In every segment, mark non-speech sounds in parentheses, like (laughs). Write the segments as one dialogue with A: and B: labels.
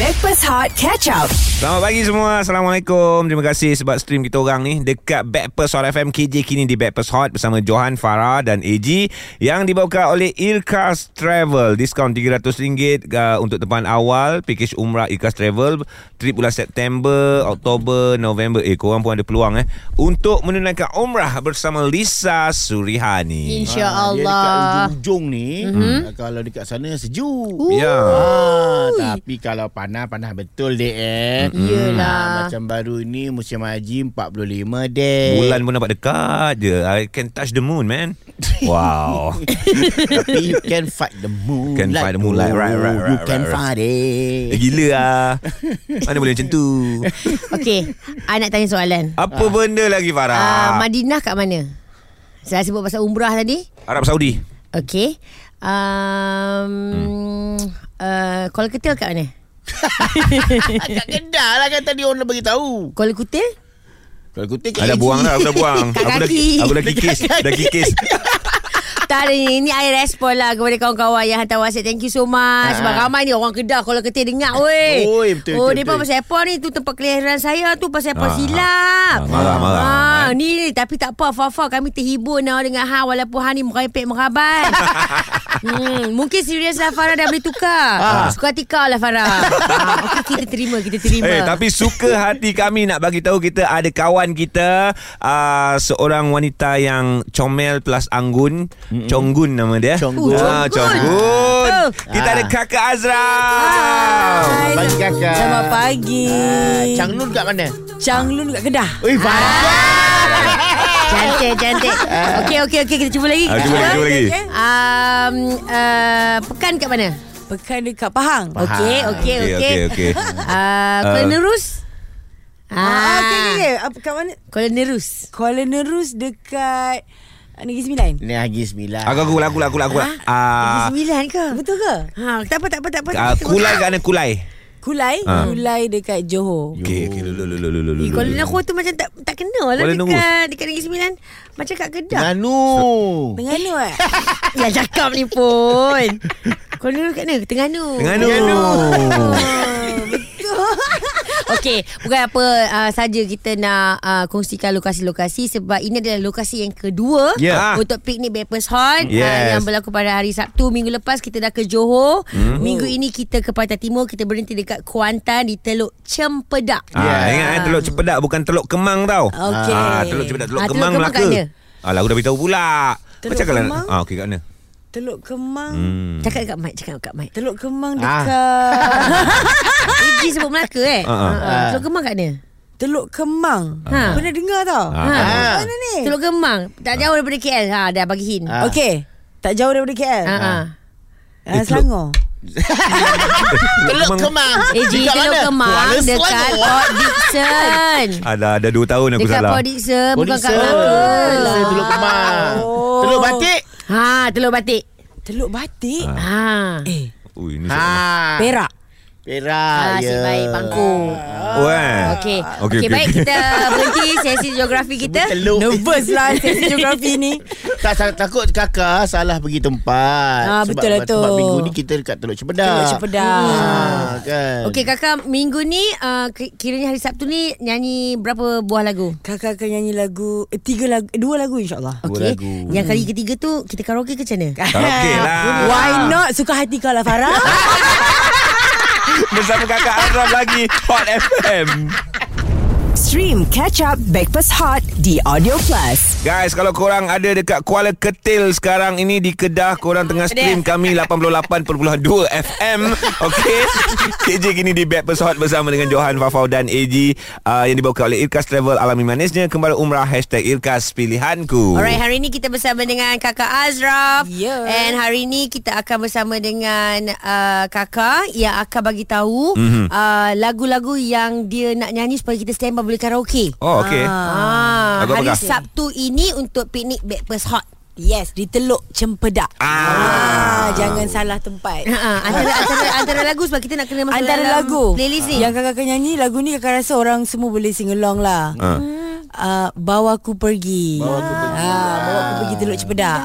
A: Backpass Hot Catch Up.
B: Selamat pagi semua Assalamualaikum Terima kasih sebab stream kita orang ni Dekat Backpast Hot FM KJ kini di Backpast Hot Bersama Johan, Farah dan AG Yang dibawakan oleh Irkas Travel Diskaun RM300 uh, Untuk teman awal Package Umrah Irkas Travel Trip bulan September Oktober, November Eh korang pun ada peluang eh Untuk menunaikan Umrah Bersama Lisa Surihani
C: Ah, Dia dekat
D: InsyaAllah Mhm.
C: ujung-ujung ni mm-hmm. Kalau dekat sana sejuk
B: Ya
C: ah, Tapi kalau panas-panas betul dek eh
D: Mm-mm. Yelah.
C: Ah, Macam baru ni musim haji 45 dek
B: Bulan pun nampak dekat je I can touch the moon man Wow
C: Tapi you can fight the moon
B: Can fight the moonlight. Right, right, right,
C: You can
B: right, right.
C: fight it
B: (laughs) Eh, Gila lah Mana boleh macam tu
D: Okey I nak tanya soalan
B: Apa benda lagi Farah
D: uh,
C: Ah.
D: Madinah kat mana? Saya sebut pasal umrah tadi
B: Arab Saudi
D: Okey
C: Hmm.
D: um, uh, Kuala Ketil kat mana?
C: Kat Kedah lah kan tadi orang dah beritahu
D: Kuala Kutil?
C: Kalau kutip
B: Ada buang dah Aku dah buang
D: Kat
B: Aku dah,
D: kaki.
B: aku dah kikis Dah kikis
D: Tak ada ni Ini I respon lah Kepada kawan-kawan Yang hantar whatsapp Thank you so
B: Ah.
D: much Sebab ramai ni Orang Kedah Kuala Ketil dengar Oi
C: Oi, betul,
D: Oh
C: betul,
D: dia pun
C: betul.
D: pasal airport ni Tu tempat kelahiran saya tu Pasal airport
B: Ah,
D: silap
B: ah, marah, marah.
D: Ah, Ni ni Tapi tak apa Fafa kami terhibur now Dengan Ha Walaupun Ha ni
B: (laughs)
D: merepek merabat Hmm, mungkin serius lah Farah dah boleh tukar
B: Ah.
D: Suka tikar lah
B: (laughs)
D: Farah ah, okay, Kita terima Kita terima
B: Eh, tapi suka hati kami nak bagi tahu kita ada kawan kita uh, seorang wanita yang comel plus anggun, Mm-mm. Conggun nama dia.
C: Conggun.
B: Ah, Conggun.
D: Oh.
B: Kita ada Kakak Azra.
D: Hai.
C: Bagi kakak Ah,
E: Selamat pagi
C: Changlun kat mana?
E: Changlun kat Kedah
C: Ui, ah.
D: (laughs) Cantik cantik Okey okey okey Kita cuba lagi
B: Ah, cuba lagi, cuba lagi.
D: um, uh, Pekan kat mana?
E: ya? Pekan dekat Pahang
D: Okey okey
B: Okey,
D: okey. (laughs)
B: okey, okey.
D: Ah,
B: Ah.
D: Kuala Nerus.
E: Ah,
D: Ah,
E: okay, okay, okay. Apa, kat mana?
D: Kuala Nerus.
E: Kuala Nerus dekat ah, Negeri Sembilan
C: Ni Haji Sembilan
B: Aku aku aku aku aku. Ah,
D: Sembilan ke?
E: Betul ke?
D: Ha, tak apa tak apa tak apa.
B: ah, kulai kat mana kulai?
E: Kulai?
B: Ah.
E: Kulai dekat Johor
B: Okey, okey, lulu lulu lulu
D: Eh,
B: lulu.
D: Kuala Nerus tu macam tak tak kenal lah
B: Kuala
D: dekat
B: Nerus.
D: dekat Negeri Sembilan. Macam kat Kedah. (laughs)
C: Nganu
E: Terengganu
B: (laughs)
E: eh?
D: Ya cakap ni pun. Kuala Nerus kat mana? Terengganu.
B: Terengganu.
D: Okey, bukan apa uh, saja kita nak uh, kongsikan lokasi-lokasi sebab ini adalah lokasi yang kedua
B: Ya.
D: untuk piknik Bapers Hot
B: Yes.
D: uh, yang berlaku pada hari Sabtu. Minggu lepas kita dah ke Johor. Hmm. Minggu ini kita ke Pantai Timur, kita berhenti dekat Kuantan di Teluk Cempedak.
C: Ya.
B: Ah, ingat eh Teluk Cepedak bukan Teluk Kemang tau.
E: Okey.
B: Ah, Teluk Cepedak, Teluk
D: Ah, Teluk
B: Kemang
D: Kemang
B: Melaka.
D: kat mana?
B: Alah, aku dah beritahu pula.
E: Teluk
B: Macam kalau
E: Kemang?
B: ah okey kat mana?
E: Teluk Kemang
B: Hmm.
D: Cakap dekat Mike, cakap dekat Mike.
E: Teluk Kemang
C: Ah.
E: dekat
B: (laughs)
D: AG sebut Melaka eh.
B: Ah, ah.
D: Ah, ah. Teluk Kemang kat mana?
E: Teluk Kemang
D: Ah.
E: Pernah dengar tau?
B: Ah.
D: Ha.
C: (laughs) Ah.
E: Mana ni?
D: Teluk Kemang. Tak jauh daripada KL. Ha, dah bagi hint.
C: Ah.
E: Okey Tak jauh daripada KL
D: Ha. ha.
E: Ah,
B: Eh, Teluk-
E: Selangor
C: Teluk Kemang
D: AG
C: Dekat
D: Eh, Teluk
C: mana?
D: Kemang
C: Kuala
D: dekat
C: Selangor.
D: Port Dickson.
B: Ada ada 2 tahun aku
D: Dekat
B: salah.
D: Port Dickson, bukan kat
C: Producer.
D: Melaka.
C: Producer Teluk Kemang
E: Oh.
C: Teluk Batik
D: Ha, Teluk Batik.
E: Teluk Batik
B: Ah.
D: Ha.
E: Eh
B: Ui, ni
C: ha.
B: ha.
E: Perak Ha,
C: Perak
D: Ah, Nasib
C: ya
D: baik bangku.
B: Oh, eh.
D: Okey.
B: Okey,
D: Okey
B: okey,
D: baik
B: okey.
D: kita berhenti sesi geografi kita.
C: Teluk
E: Nervous
F: (laughs)
E: lah sesi geografi ni
C: Tak salah, takut kakak salah pergi tempat
E: Ah, betul lah tu.
C: Sebab minggu ni kita dekat Teluk Cepedak
E: Teluk Cepedak.
C: ah, kan.
D: Okey kakak minggu ni uh, ki- kiranya hari Sabtu ni nyanyi berapa buah lagu?
E: Kakak akan nyanyi lagu eh, Tiga lagu eh, Dua lagu insyaAllah
C: Dua
D: Okey.
C: lagu.
D: Yang kali ketiga tu kita karaoke ke macam mana?
B: Okey lah.
E: Why not Suka hati kau lah Farah
B: (laughs) Bersama kakak Azram lagi Hot FM.
F: (laughs) Stream Catch Up Breakfast Hot di Audio Plus.
B: Guys, kalau korang ada dekat Kuala Ketil sekarang ini di Kedah, korang tengah stream kami 88.2 FM.
D: (laughs)
B: Okey. KJ kini di Bad Pesawat bersama dengan Johan, Fafau dan AG uh, yang dibawakan oleh Irkas Travel Alami Manisnya Kembali Umrah hashtag Irkas Pilihanku.
D: Alright, hari ini kita bersama dengan Kakak Azraf.
E: Ya.
D: And hari ini kita akan bersama dengan uh, Kakak yang akan bagi tahu mm-hmm.
B: Mhm.
D: uh, lagu-lagu yang dia nak nyanyi supaya kita stand by boleh karaoke.
B: Oh, okey.
D: Ah,
B: Lagu apa,
D: hari
B: Kak?
D: Sabtu ini untuk piknik Breakfast Hot.
E: Ah,
D: (laughs)
E: Yes Di Teluk Cempedak ah
B: Ah.
E: Jangan salah tempat
D: Ha, ah, antara, antara antara lagu sebab kita nak kena masuk
E: Antara
D: dalam
E: lagu
D: playlist ni.
E: Yang kakak akan nyanyi Lagu ni kakak rasa orang semua boleh sing along lah
B: Ah.
D: Hmm.
F: Hmm.
E: Uh, bawa aku pergi Bawa aku pergi ah, Bawa aku pergi Teluk Cepedak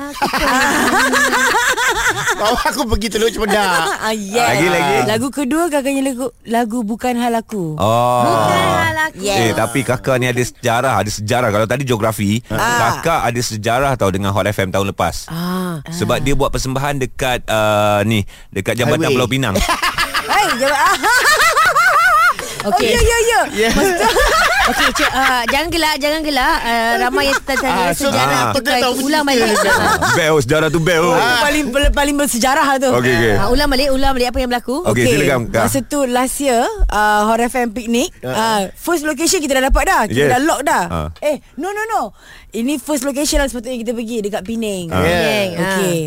C: Bawa aku pergi telur
E: (laughs)
C: cepedak
E: Ah, yes.
B: Lagi, lagi.
E: Lagu kedua kakaknya lagu, lagu Bukan Hal Aku.
B: Oh.
C: Ah.
D: Bukan lah. Ah.
B: Eh
E: Yes.
B: tapi kakak ni ada sejarah Ada sejarah Kalau tadi geografi
E: Ah.
B: Kakak ada sejarah tau Dengan Hot FM tahun lepas
D: Ah.
B: Sebab dia buat persembahan dekat uh, Ni Dekat Jabatan
C: Highway.
B: Pulau Pinang
E: Hai, jawab. Ah,
D: Okey.
E: ya, ya, ya.
C: Ya
D: Okey, cik, uh, jangan gelak, jangan gelak. Uh, ramai yang tertanya
C: Ah,
D: ah,
C: so
D: sejarah
B: kita-
D: apa
C: kita
D: kau
C: tahu
D: itu. Ulang
C: cerita.
D: balik.
B: (laughs) Bel sejarah tu bel
E: Itu Oh, paling paling bersejarah tu.
B: Okey okey.
D: Ah, ulang balik, ulang balik apa yang berlaku.
B: Okey. silakan, Kak. Ah.
E: Masa tu last year uh, Hot FM Picnic uh, First location kita dah dapat dah Kita
B: Yes.
E: dah lock dah
B: Ah.
E: Eh no no no Ini first location lah sepatutnya kita pergi Dekat Penang
C: Ah. Yeah.
D: Geng, ah.
E: Okey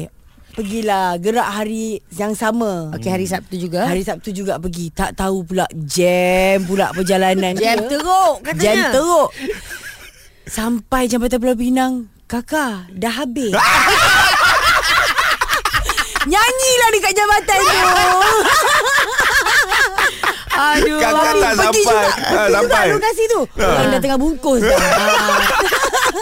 E: Pergilah Gerak hari yang sama
D: Okey, hari Sabtu juga.
E: Hari Sabtu juga pergi Tak tahu pula Jam pula perjalanan dia.
D: Jam teruk katanya.
E: Jam teruk Sampai Jambatan Pulau Pinang Kakak Dah (laughs) habis Nyanyilah dekat jambatan tu
D: Aduh.
B: Kakak tak
E: Pergi
B: sampai
E: juga
B: Ah,
E: Pergi juga
B: Sampai Ah.
E: lokasi tu Orang dah tengah bungkus dah.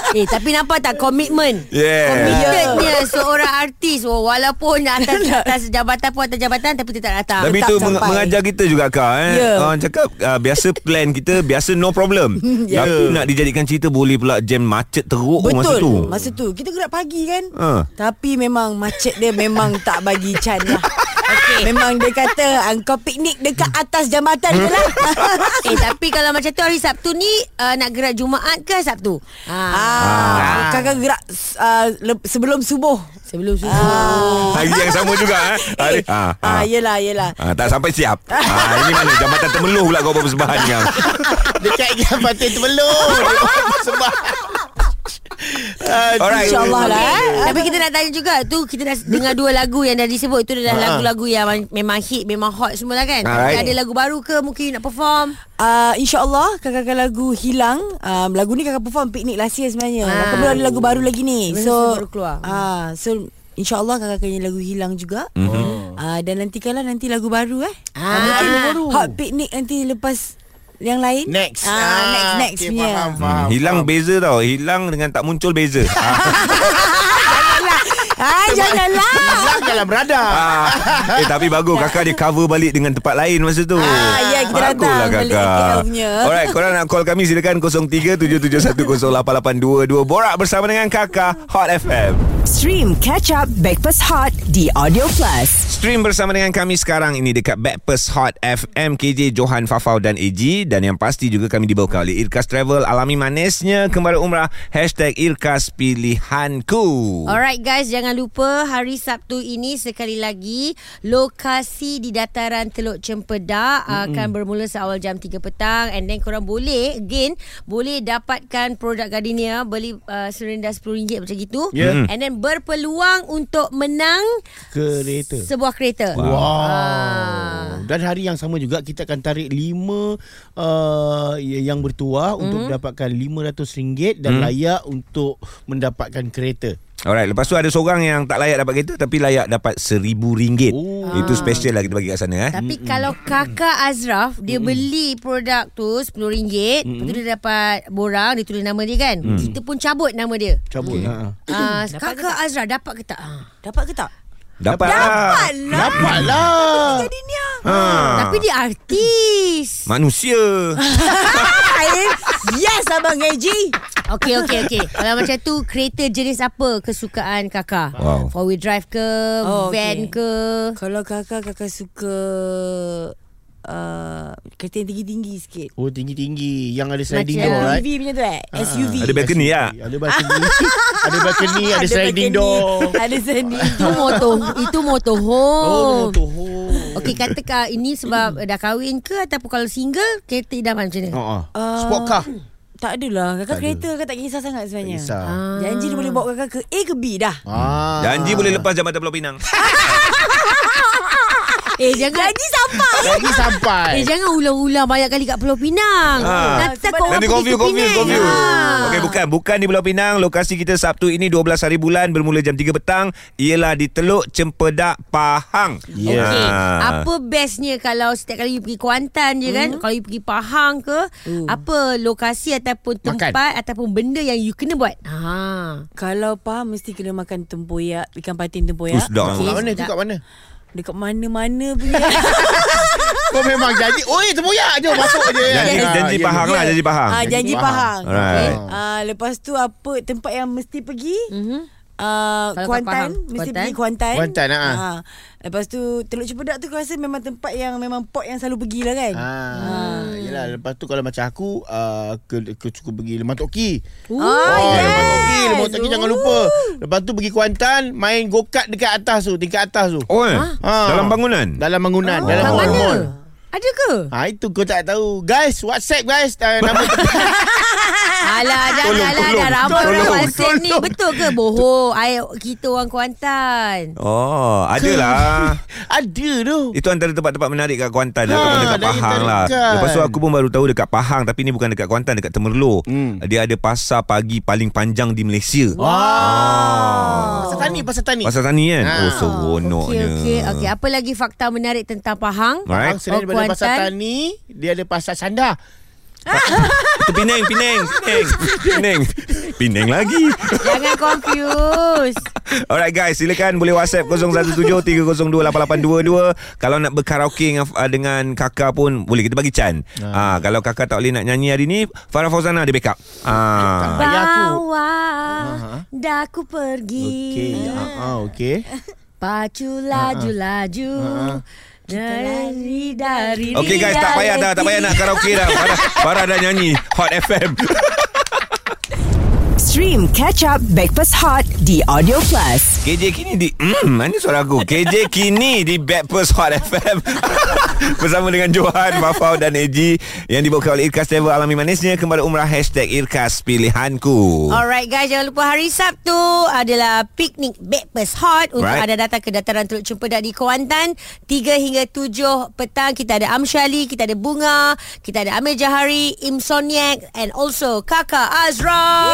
B: (laughs)
D: eh tapi nampak tak komitmen
B: Yeah
C: Ya.
D: Committednya seorang artis oh, Walaupun
E: (laughs)
D: atas, atas jabatan pun atas jabatan Tapi tetap datang
B: Tapi
E: tak
B: tu meng-
E: sampai.
B: mengajar kita juga kak eh.
E: Ya.
B: Orang cakap uh, biasa plan kita biasa no
E: (laughs)
B: problem. yeah. Tapi nak dijadikan cerita boleh pula jam macet teruk
E: Ya. Betul
B: Oh, masa tu.
E: Masa tu Kita gerak pagi kan
B: Ha.
E: Tapi memang Macet dia memang tak bagi can
D: (laughs)
E: lah okay. Memang dia kata Engkau piknik dekat atas jambatan je lah
D: (laughs) Eh tapi kalau macam tu hari Sabtu ni uh, Nak gerak Jumaat ke Sabtu? Ah.
E: Ah, kakak gerak uh, le- sebelum subuh.
D: Sebelum subuh
B: Hari Ah, yang sama juga
E: (laughs)
B: eh. Hari. Ha,
E: Ah,
B: ha.
E: ah yelah yelah.
B: Ha, tak sampai siap. Ha, ini mana jambatan temeluh pula kau buat persembahan kan.
C: Dekat jambatan tu belum (laughs) Sebab Aduh.
B: Alright.
E: InsyaAllah lah eh.
D: Tapi kita nak tanya juga Tu kita dah dengar dua lagu yang dah disebut Itu dah lagu-lagu yang man- memang hit Memang hot semua lah kan Tapi
B: Alright.
D: Ada lagu baru ke mungkin nak perform?
E: Uh, InsyaAllah kakak-kakak lagu hilang um, Lagu ni kakak perform piknik last year sebenarnya
D: Ah.
E: Kakak belum ada lagu baru lagi ni
D: Baru
E: So
D: baru keluar.
E: uh, So InsyaAllah kakak kakaknya lagu hilang juga mm-hmm. uh, Dan nantikanlah nanti lagu baru eh
D: Ah.
E: Mungkin
D: Lagu
E: Hot piknik nanti lepas yang lain
C: Next
E: ah, Next next
C: okay,
E: punya
C: Faham faham
B: Hmm, hilang beza tau. Hilang dengan tak muncul beza.
E: (laughs) ah,
B: Ha.
E: Janganlah
C: Hilang dalam radar
B: ha. Eh tapi bagus kakak dia cover balik dengan tempat lain masa tu.
E: Ah, ya, kita
B: Baguslah
E: datang balik
B: kakak.
E: KL punya.
B: Alright, korang nak call kami silakan 0377108822 borak bersama dengan kakak Hot FM.
F: Stream Catch Up Breakfast Hot The Audio Plus
B: Stream bersama dengan kami sekarang ini dekat Backpers Hot FM KJ Johan Fafau dan AG dan yang pasti juga kami dibawakan oleh Irkas Travel alami manisnya kembali umrah hashtag Irkas Pilihanku.
D: Alright guys, jangan lupa hari Sabtu ini sekali lagi lokasi di dataran Teluk Cempedak mm-hmm. akan bermula seawal jam 3 petang and then korang boleh again boleh dapatkan produk Gardenia beli uh, serendah RM10 macam gitu
C: Ya.
D: and then berpeluang untuk menang
C: Kereta
D: sebuah kereta.
C: Wow.
D: Ah.
C: Dan hari yang sama juga kita akan tarik 5 uh, yang bertuah mm. untuk mendapatkan RM500 dan mm. layak untuk mendapatkan kereta.
B: Alright, lepas tu ada seorang yang tak layak dapat kereta tapi layak dapat RM1000.
E: Oh.
C: Ah.
B: Itu
E: Ah.
B: special lah kita bagi kat sana eh.
D: Tapi mm-hmm. kalau kakak Azraf dia mm-hmm. beli produk tu RM10, mm-hmm. lepas tu dia dapat borang, dia tulis nama dia kan. Mm. Kita pun cabut nama dia.
C: Cabut. Okay. Ha.
D: Ah, kakak Azra dapat ke tak? Ah.
E: Dapat ke tak?
B: Dapat. Dapat.
C: Dapatlah.
B: Ha.
D: Tapi dia artis.
B: Manusia.
E: Hai. yes Abang Eji
D: Okey okey
B: (laughs)
D: okey. Kalau macam tu kereta jenis apa kesukaan kakak?
B: Wow.
D: Four wheel drive ke,
E: Oh,
D: oh,
E: okey.
D: van ke?
E: Kalau kakak kakak suka uh, kereta yang tinggi-tinggi sikit.
C: Oh tinggi-tinggi yang ada sliding
D: Macam
C: door right?
E: SUV punya tu eh.
C: Ah.
E: SUV.
B: Ada balcony lah.
C: Ada balcony. (laughs) ada balcony, ada, sliding
E: balcony,
C: door.
E: Ada sliding
D: Itu motor itu motorhome.
C: Oh, motorhome.
D: Okey kata kak ini
B: Hmm.
D: sebab dah kahwin ke ataupun kalau single kereta idaman macam mana?
B: Oh,
C: Ha ah. Sport car.
E: Tak adalah Kakak kereta kakak tak kisah sangat sebenarnya Ah.
C: Kisah.
E: Janji dia boleh bawa kakak ke A ke B dah
C: Ah.
D: (laughs)
B: Janji boleh lepas Jabatan Pulau Pinang.
D: Eh jangan
E: Lagi sampai
C: Lagi sampai
D: Eh jangan ulang-ulang banyak kali kat Pulau Pinang.
B: Ah.
D: Nanti takut orang
B: Nanti
D: pergi
B: confuse
D: ke
B: confuse
D: Penang.
B: confuse.
D: Oh, Ah.
B: Okey bukan bukan di Pulau Pinang. Lokasi kita Sabtu ini 12 hari bulan bermula jam 3 petang ialah di Teluk Cempedak Pahang.
C: Ya.
D: Okey.
B: Ah.
D: Apa bestnya kalau setiap kali you pergi Kuantan je kan,
C: Hmm.
D: kalau you pergi Pahang ke, apa lokasi ataupun tempat ataupun benda yang you kena buat?
C: Ah.
D: Ha.
E: (laughs) Kalau pa mesti kena makan tempoyak Ikan patin
B: Oh,
E: tempoyak
B: sedap.
C: Kat
B: Okay.
C: mana tu kat mana
E: Dekat mana-mana punya
C: Kau memang janji Oi tempoyak je Masuk je
B: Janji,
C: Ah,
B: janji
C: ya.
B: Pahang lah, janji Pahang.
E: Ah, janji
C: Janji
E: Pahang.
B: Pahang. Alright.
E: Ah, lepas tu apa tempat yang mesti pergi?
D: Mhm.
E: Uh,
D: Kalau kat Pahang,
E: Kuantan Mesti
D: Kuantan.
E: pergi Kuantan
C: Kuantan, ah.
E: Ah, Lepas tu Teluk Cepedak tu kau rasa Memang tempat yang Memang pot yang selalu pergi lah kan
C: Ah, yelah lepas tu kalau macam aku uh, ke, ke cukup pergi Lemak Tok Ki.
D: Oh,
E: ya.
C: Lemak Tok Ki, Lemak Tok Ki jangan lupa. Lepas tu pergi Kuantan, main go-kart dekat atas tu, tingkat atas tu.
B: Oh, eh?
C: Ah.
B: dalam bangunan.
C: Dalam bangunan, dalam
D: Oh, Kat
C: hall
D: mana?
C: hall.
D: Ada ke?
C: Ha itu kau tak tahu. Guys, WhatsApp guys. Uh, nama
D: Alah,
B: Ah.
D: janganlah
B: tolong,
D: dah ramai orang
B: tolong,
D: WhatsApp ni. Betul ke? Bohong. Ay, kita orang Kuantan.
B: Oh, adalah.
C: ada tu.
B: Itu antara tempat-tempat menarik kat Kuantan
C: Ha,
B: ha, dekat
C: lagi
B: Pahang lah.
C: tarikan.
B: Lepas tu aku pun baru tahu dekat Pahang tapi ni bukan dekat Kuantan dekat Temerloh.
C: Hmm.
B: Dia ada pasar pagi paling panjang di Malaysia.
D: Oh,
C: Wah. Pasal tani, pasal tani.
B: Pasar tani kan?
C: Ha.
B: Oh, seronoknya.
D: Ah. Okey, okey, okey. Apa lagi fakta menarik tentang Pahang?
B: Alright.
C: Orang selain
D: Oh,
C: daripada pasal
D: Kuantan.
C: tani, dia ada pasal sanda.
B: Itu Penang, Penang, Penang. Penang. Penang lagi.
D: Jangan confuse.
B: Alright guys, silakan boleh WhatsApp 0173028822. Kalau nak berkaraoke dengan, uh, dengan kakak pun boleh kita bagi can. Ah. kalau kakak tak boleh nak nyanyi hari ni, Farah Fauzana ada backup. Ah.
C: Ayah aku.
D: Bawa dah ku pergi.
C: Okey. Ha ah, okey.
D: Pacu
B: Ha,
D: laju-laju. Dari dari
B: Okay Ha, guys, tak payah dah, tak payah nak karaoke dah. Farah, Farah dah nyanyi Hot FM.
F: Stream Catch Up Breakfast Hot di Audio Plus.
B: KJ Kini di Hmm, mana suara aku? KJ Kini di Backpast Hot FM (laughs) Bersama dengan Johan, Fafau dan Eji Yang dibawakan oleh Irkas Travel Alami Manisnya Kembali Umrah Hashtag Irkas Pilihanku
D: Alright guys, jangan lupa hari Sabtu adalah piknik Breakfast Hot untuk
B: Right.
D: anda datang ke dataran Teluk Cempedak di Kuantan 3 hingga 7 petang kita ada Amshali, kita ada Bunga, kita ada Amir Jahari, Im Soniak and also Kakak Azra.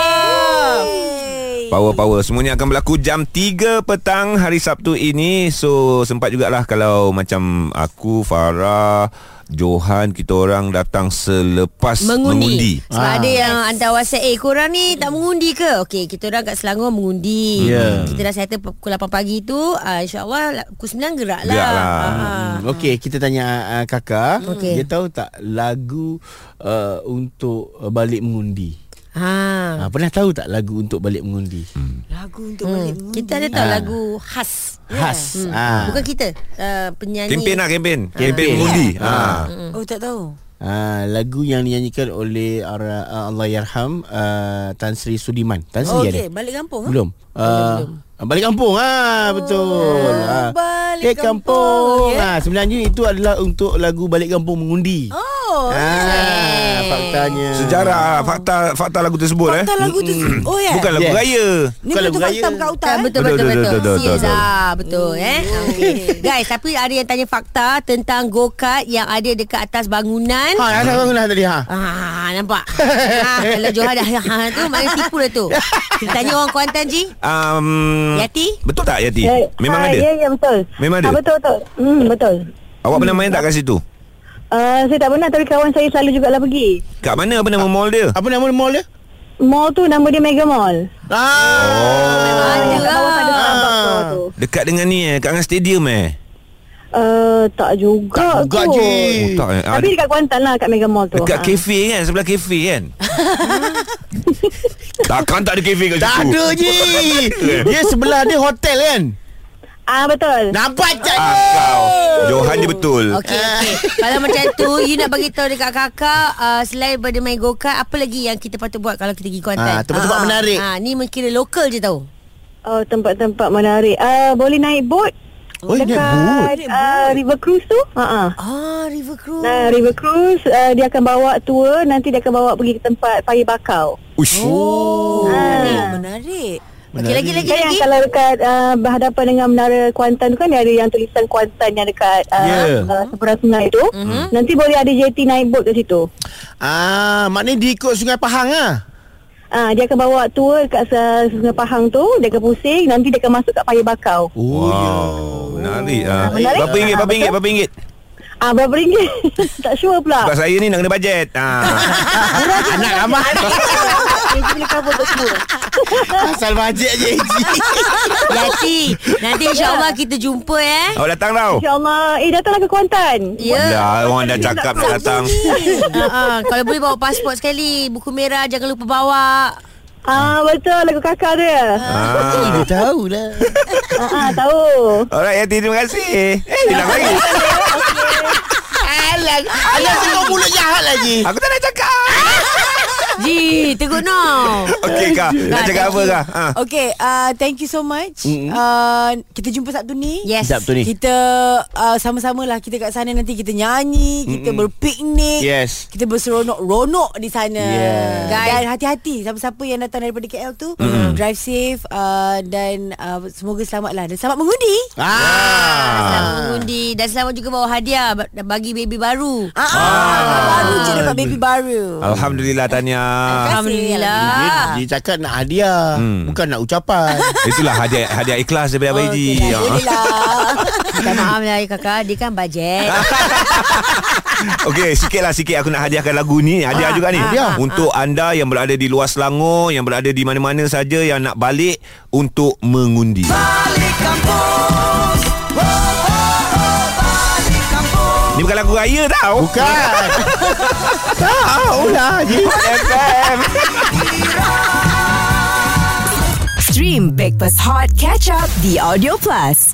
B: Power-power Semuanya akan berlaku jam 3 petang hari Sabtu ini So sempat jugalah kalau macam aku, Farah Johan kita orang datang selepas mengundi.
D: Mengundi. Sebab ah. ada yang hantar WhatsApp Eh korang ni tak mengundi ke Okey kita orang kat Selangor mengundi Hmm.
C: Ya.
D: Kita dah settle pukul 8 pagi tu uh, InsyaAllah pukul 9 gerak lah
B: Gerak lah.
D: Ah.
C: Hmm, Okey, kita tanya uh, kakak.
D: Okey.
C: Dia tahu tak lagu uh, untuk uh, balik mengundi?
D: Ha.
C: Ha, pernah tahu tak lagu untuk balik mengundi? Hmm.
E: Lagu untuk hmm. balik
D: Kita ada tahu lagu khas.
C: Khas. Hmm. Ha.
D: Bukan kita, uh, penyanyi.
B: Kempen lah kempen Kempen
C: Kempen.
B: mengundi
C: Ya.
B: ha.
E: Oh tak tahu
C: Ha, lagu yang dinyanyikan oleh Ara, uh, Allah Yarham uh, Tan Sri Sudiman. Tan Sri
E: Oh
C: ada?
E: okey balik kampung
C: Belum. Uh, Balik kampung ah betul. Ah.
E: balik
C: Eh, kampung.
E: kampung,
C: Ah sebenarnya itu adalah untuk lagu balik kampung mengundi.
E: Oh
C: Ah faktanya.
B: Sejarah Fakta fakta lagu tersebut eh.
E: Fakta lagu tu Oh ya
B: Bukan lagu
C: Yes.
B: raya
E: Ni
C: Bukan
E: bukan
C: lagu
E: tu
C: raya.
E: fakta bukan
D: Tak,
E: hutan
D: Kan,
E: eh?
D: betul,
B: Betul,
D: betul,
B: betul,
D: betul.
B: betul, betul,
D: Serius
B: betul.
D: lah. Betul, eh. Okay. Guys, tapi ada yang tanya fakta tentang go-kart yang ada dekat atas bangunan.
C: Ha, ada orang lah tadi ha.
D: Ah,
C: (laughs)
D: nampak? ah, kalau Johan dah ah, tu, maknanya tipu dah tu. Kita tanya orang Kuantan, Ji.
B: um,
D: Yati?
B: Betul tak Yati?
A: Ya,
B: Eh, Memang
A: ha,
B: ada?
A: Ya, ya betul.
B: Memang ada?
A: Ha, betul, betul. Hmm, betul.
B: Awak pernah main tak kat situ?
A: Uh, saya tak pernah tapi kawan saya selalu jugalah pergi.
B: Kat mana apa nama mall dia?
C: Apa nama mall dia?
A: Mall tu nama dia Mega Mall.
C: Ah.
D: Ah,
A: Yang kat bawah Oh, ada Starbucks tu, tu.
B: Dekat dengan ni eh Kat dengan stadium eh
A: Uh, tak juga
C: Tak juga,
A: kot.
C: Ji.
B: Oh tak eh Ah,
A: Tapi dekat Kuantan lah kat Mega Mall tu.
B: Dekat
A: Ha.
B: kafe kan Sebelah kafe kan Takkan tak ada kafe kat situ
C: Tak ada je. Dia sebelah dia hotel kan.
A: Ah betul.
C: Nampak je.
B: ah, kau. Johan dia betul
D: Okey, okey. Kalau macam tu, you nak bagi tahu dekat kakak, uh, selain daripada main go-kart, apa lagi yang kita patut buat kalau kita pergi Kuantan?
C: Ah, tempat-tempat
D: Ah,
C: menarik.
D: Ah, ni mungkin lokal je tau.
A: Oh tempat-tempat menarik. Ah uh, boleh naik bot.
C: Oh, naik
A: dekat,
C: bot.
A: Uh, river cruise tu. Ha ah.
D: Ah, River Cruise.
A: Nah, river cruise uh, dia akan bawa tour nanti dia akan bawa pergi ke tempat Paya Bakau.
B: Ush.
E: Oh
A: Ah.
E: Menarik
D: Okey, lagi, lagi,
A: Kan yang
D: lagi.
A: kalau dekat uh, berhadapan dengan menara Kuantan tu kan dia ada yang tulisan Kuantan yang dekat uh,
C: Ya.
A: yeah. uh, seberang sungai tu. Mm-hmm. Nanti boleh ada JT naik bot kat situ.
C: Ah, maknanya diikut Sungai Pahang ah.
A: Ah, dia akan bawa tour kat se- Sungai Pahang tu, dia akan pusing, nanti dia akan masuk kat Paya Bakau.
C: Oh,
B: Wow Menarik ah.
A: Menarik.
B: Berapa ringgit Berapa
A: Ah,
B: ringgit Berapa ringgit
A: Ah, berapa ringgit? (laughs) tak sure
B: Sebab
A: pula.
B: saya ni nak kena bajet ah.
C: anak ramah.
A: (laughs) JT boleh cover untuk semua.
C: Asal bajet je Eji.
D: Yati Ya, Nanti insyaAllah kita jumpa eh
B: Awak Oh, datang tau
A: InsyaAllah. Eh, datanglah ke Kuantan.
D: Ya
B: Dah orang dah cakap nak datang
D: Ah, ah. Kalau boleh bawa pasport sekali Buku merah jangan lupa bawa
A: Ah, betul. Lagu kakak dia.
B: ah.
C: Dia tahu lah.
A: Ah, ah tahu.
B: Alright Yati terima kasih Eh hilang lagi
C: Alang. Alang tengok mulut jahat lagi.
B: Aku tak nak cakap
D: Ji Tengok no
B: Okey kak Nak
D: Kak,
B: cakap
D: thank
B: apa
D: you.
B: kak ah.
E: Okay, uh, thank you so much. Mm-hmm. Uh, kita jumpa Sabtu ni.
D: Yes
C: Sekejap tu ni.
E: Kita uh, sama-sama lah kita kat sana nanti kita nyanyi, kita mm berpiknik.
C: Yes.
E: Kita berseronok-ronok di sana.
C: Yeah.
E: Dan
D: Guys.
E: hati-hati siapa-siapa yang datang daripada KL tu, mm drive safe uh, dan uh, semoga selamatlah dan selamat mengundi.
D: Ah,
C: Ah.
D: Selamat mengundi Dan selamat juga bawa hadiah ba- Bagi baby baru
E: Ah, ah. baru je dapat baby baru.
B: Ah. Alhamdulillah Tania
C: Dia,
D: Alhamdulillah
C: dia cakap nak hadiah
B: Hmm.
C: Bukan nak ucapan
B: Itulah hadiah hadiah ikhlas daripada Abang Eji
E: Okey lah,
B: Ah.
E: boleh lah.
D: Minta maaf lah ya kakak Dia kan bajet
B: Okey, sikit lah sikit aku nak hadiahkan lagu ni. Hadiah juga ni. Ya.
C: hadiah.
B: Untuk anda yang berada di luar Selangor, yang berada di mana-mana saja yang nak balik untuk mengundi. Ni bukan lagu raya tau.
C: Bukan Tahu lah Haji
B: FM.
F: Stream Breakfast Hot Catch Up The Audio Plus.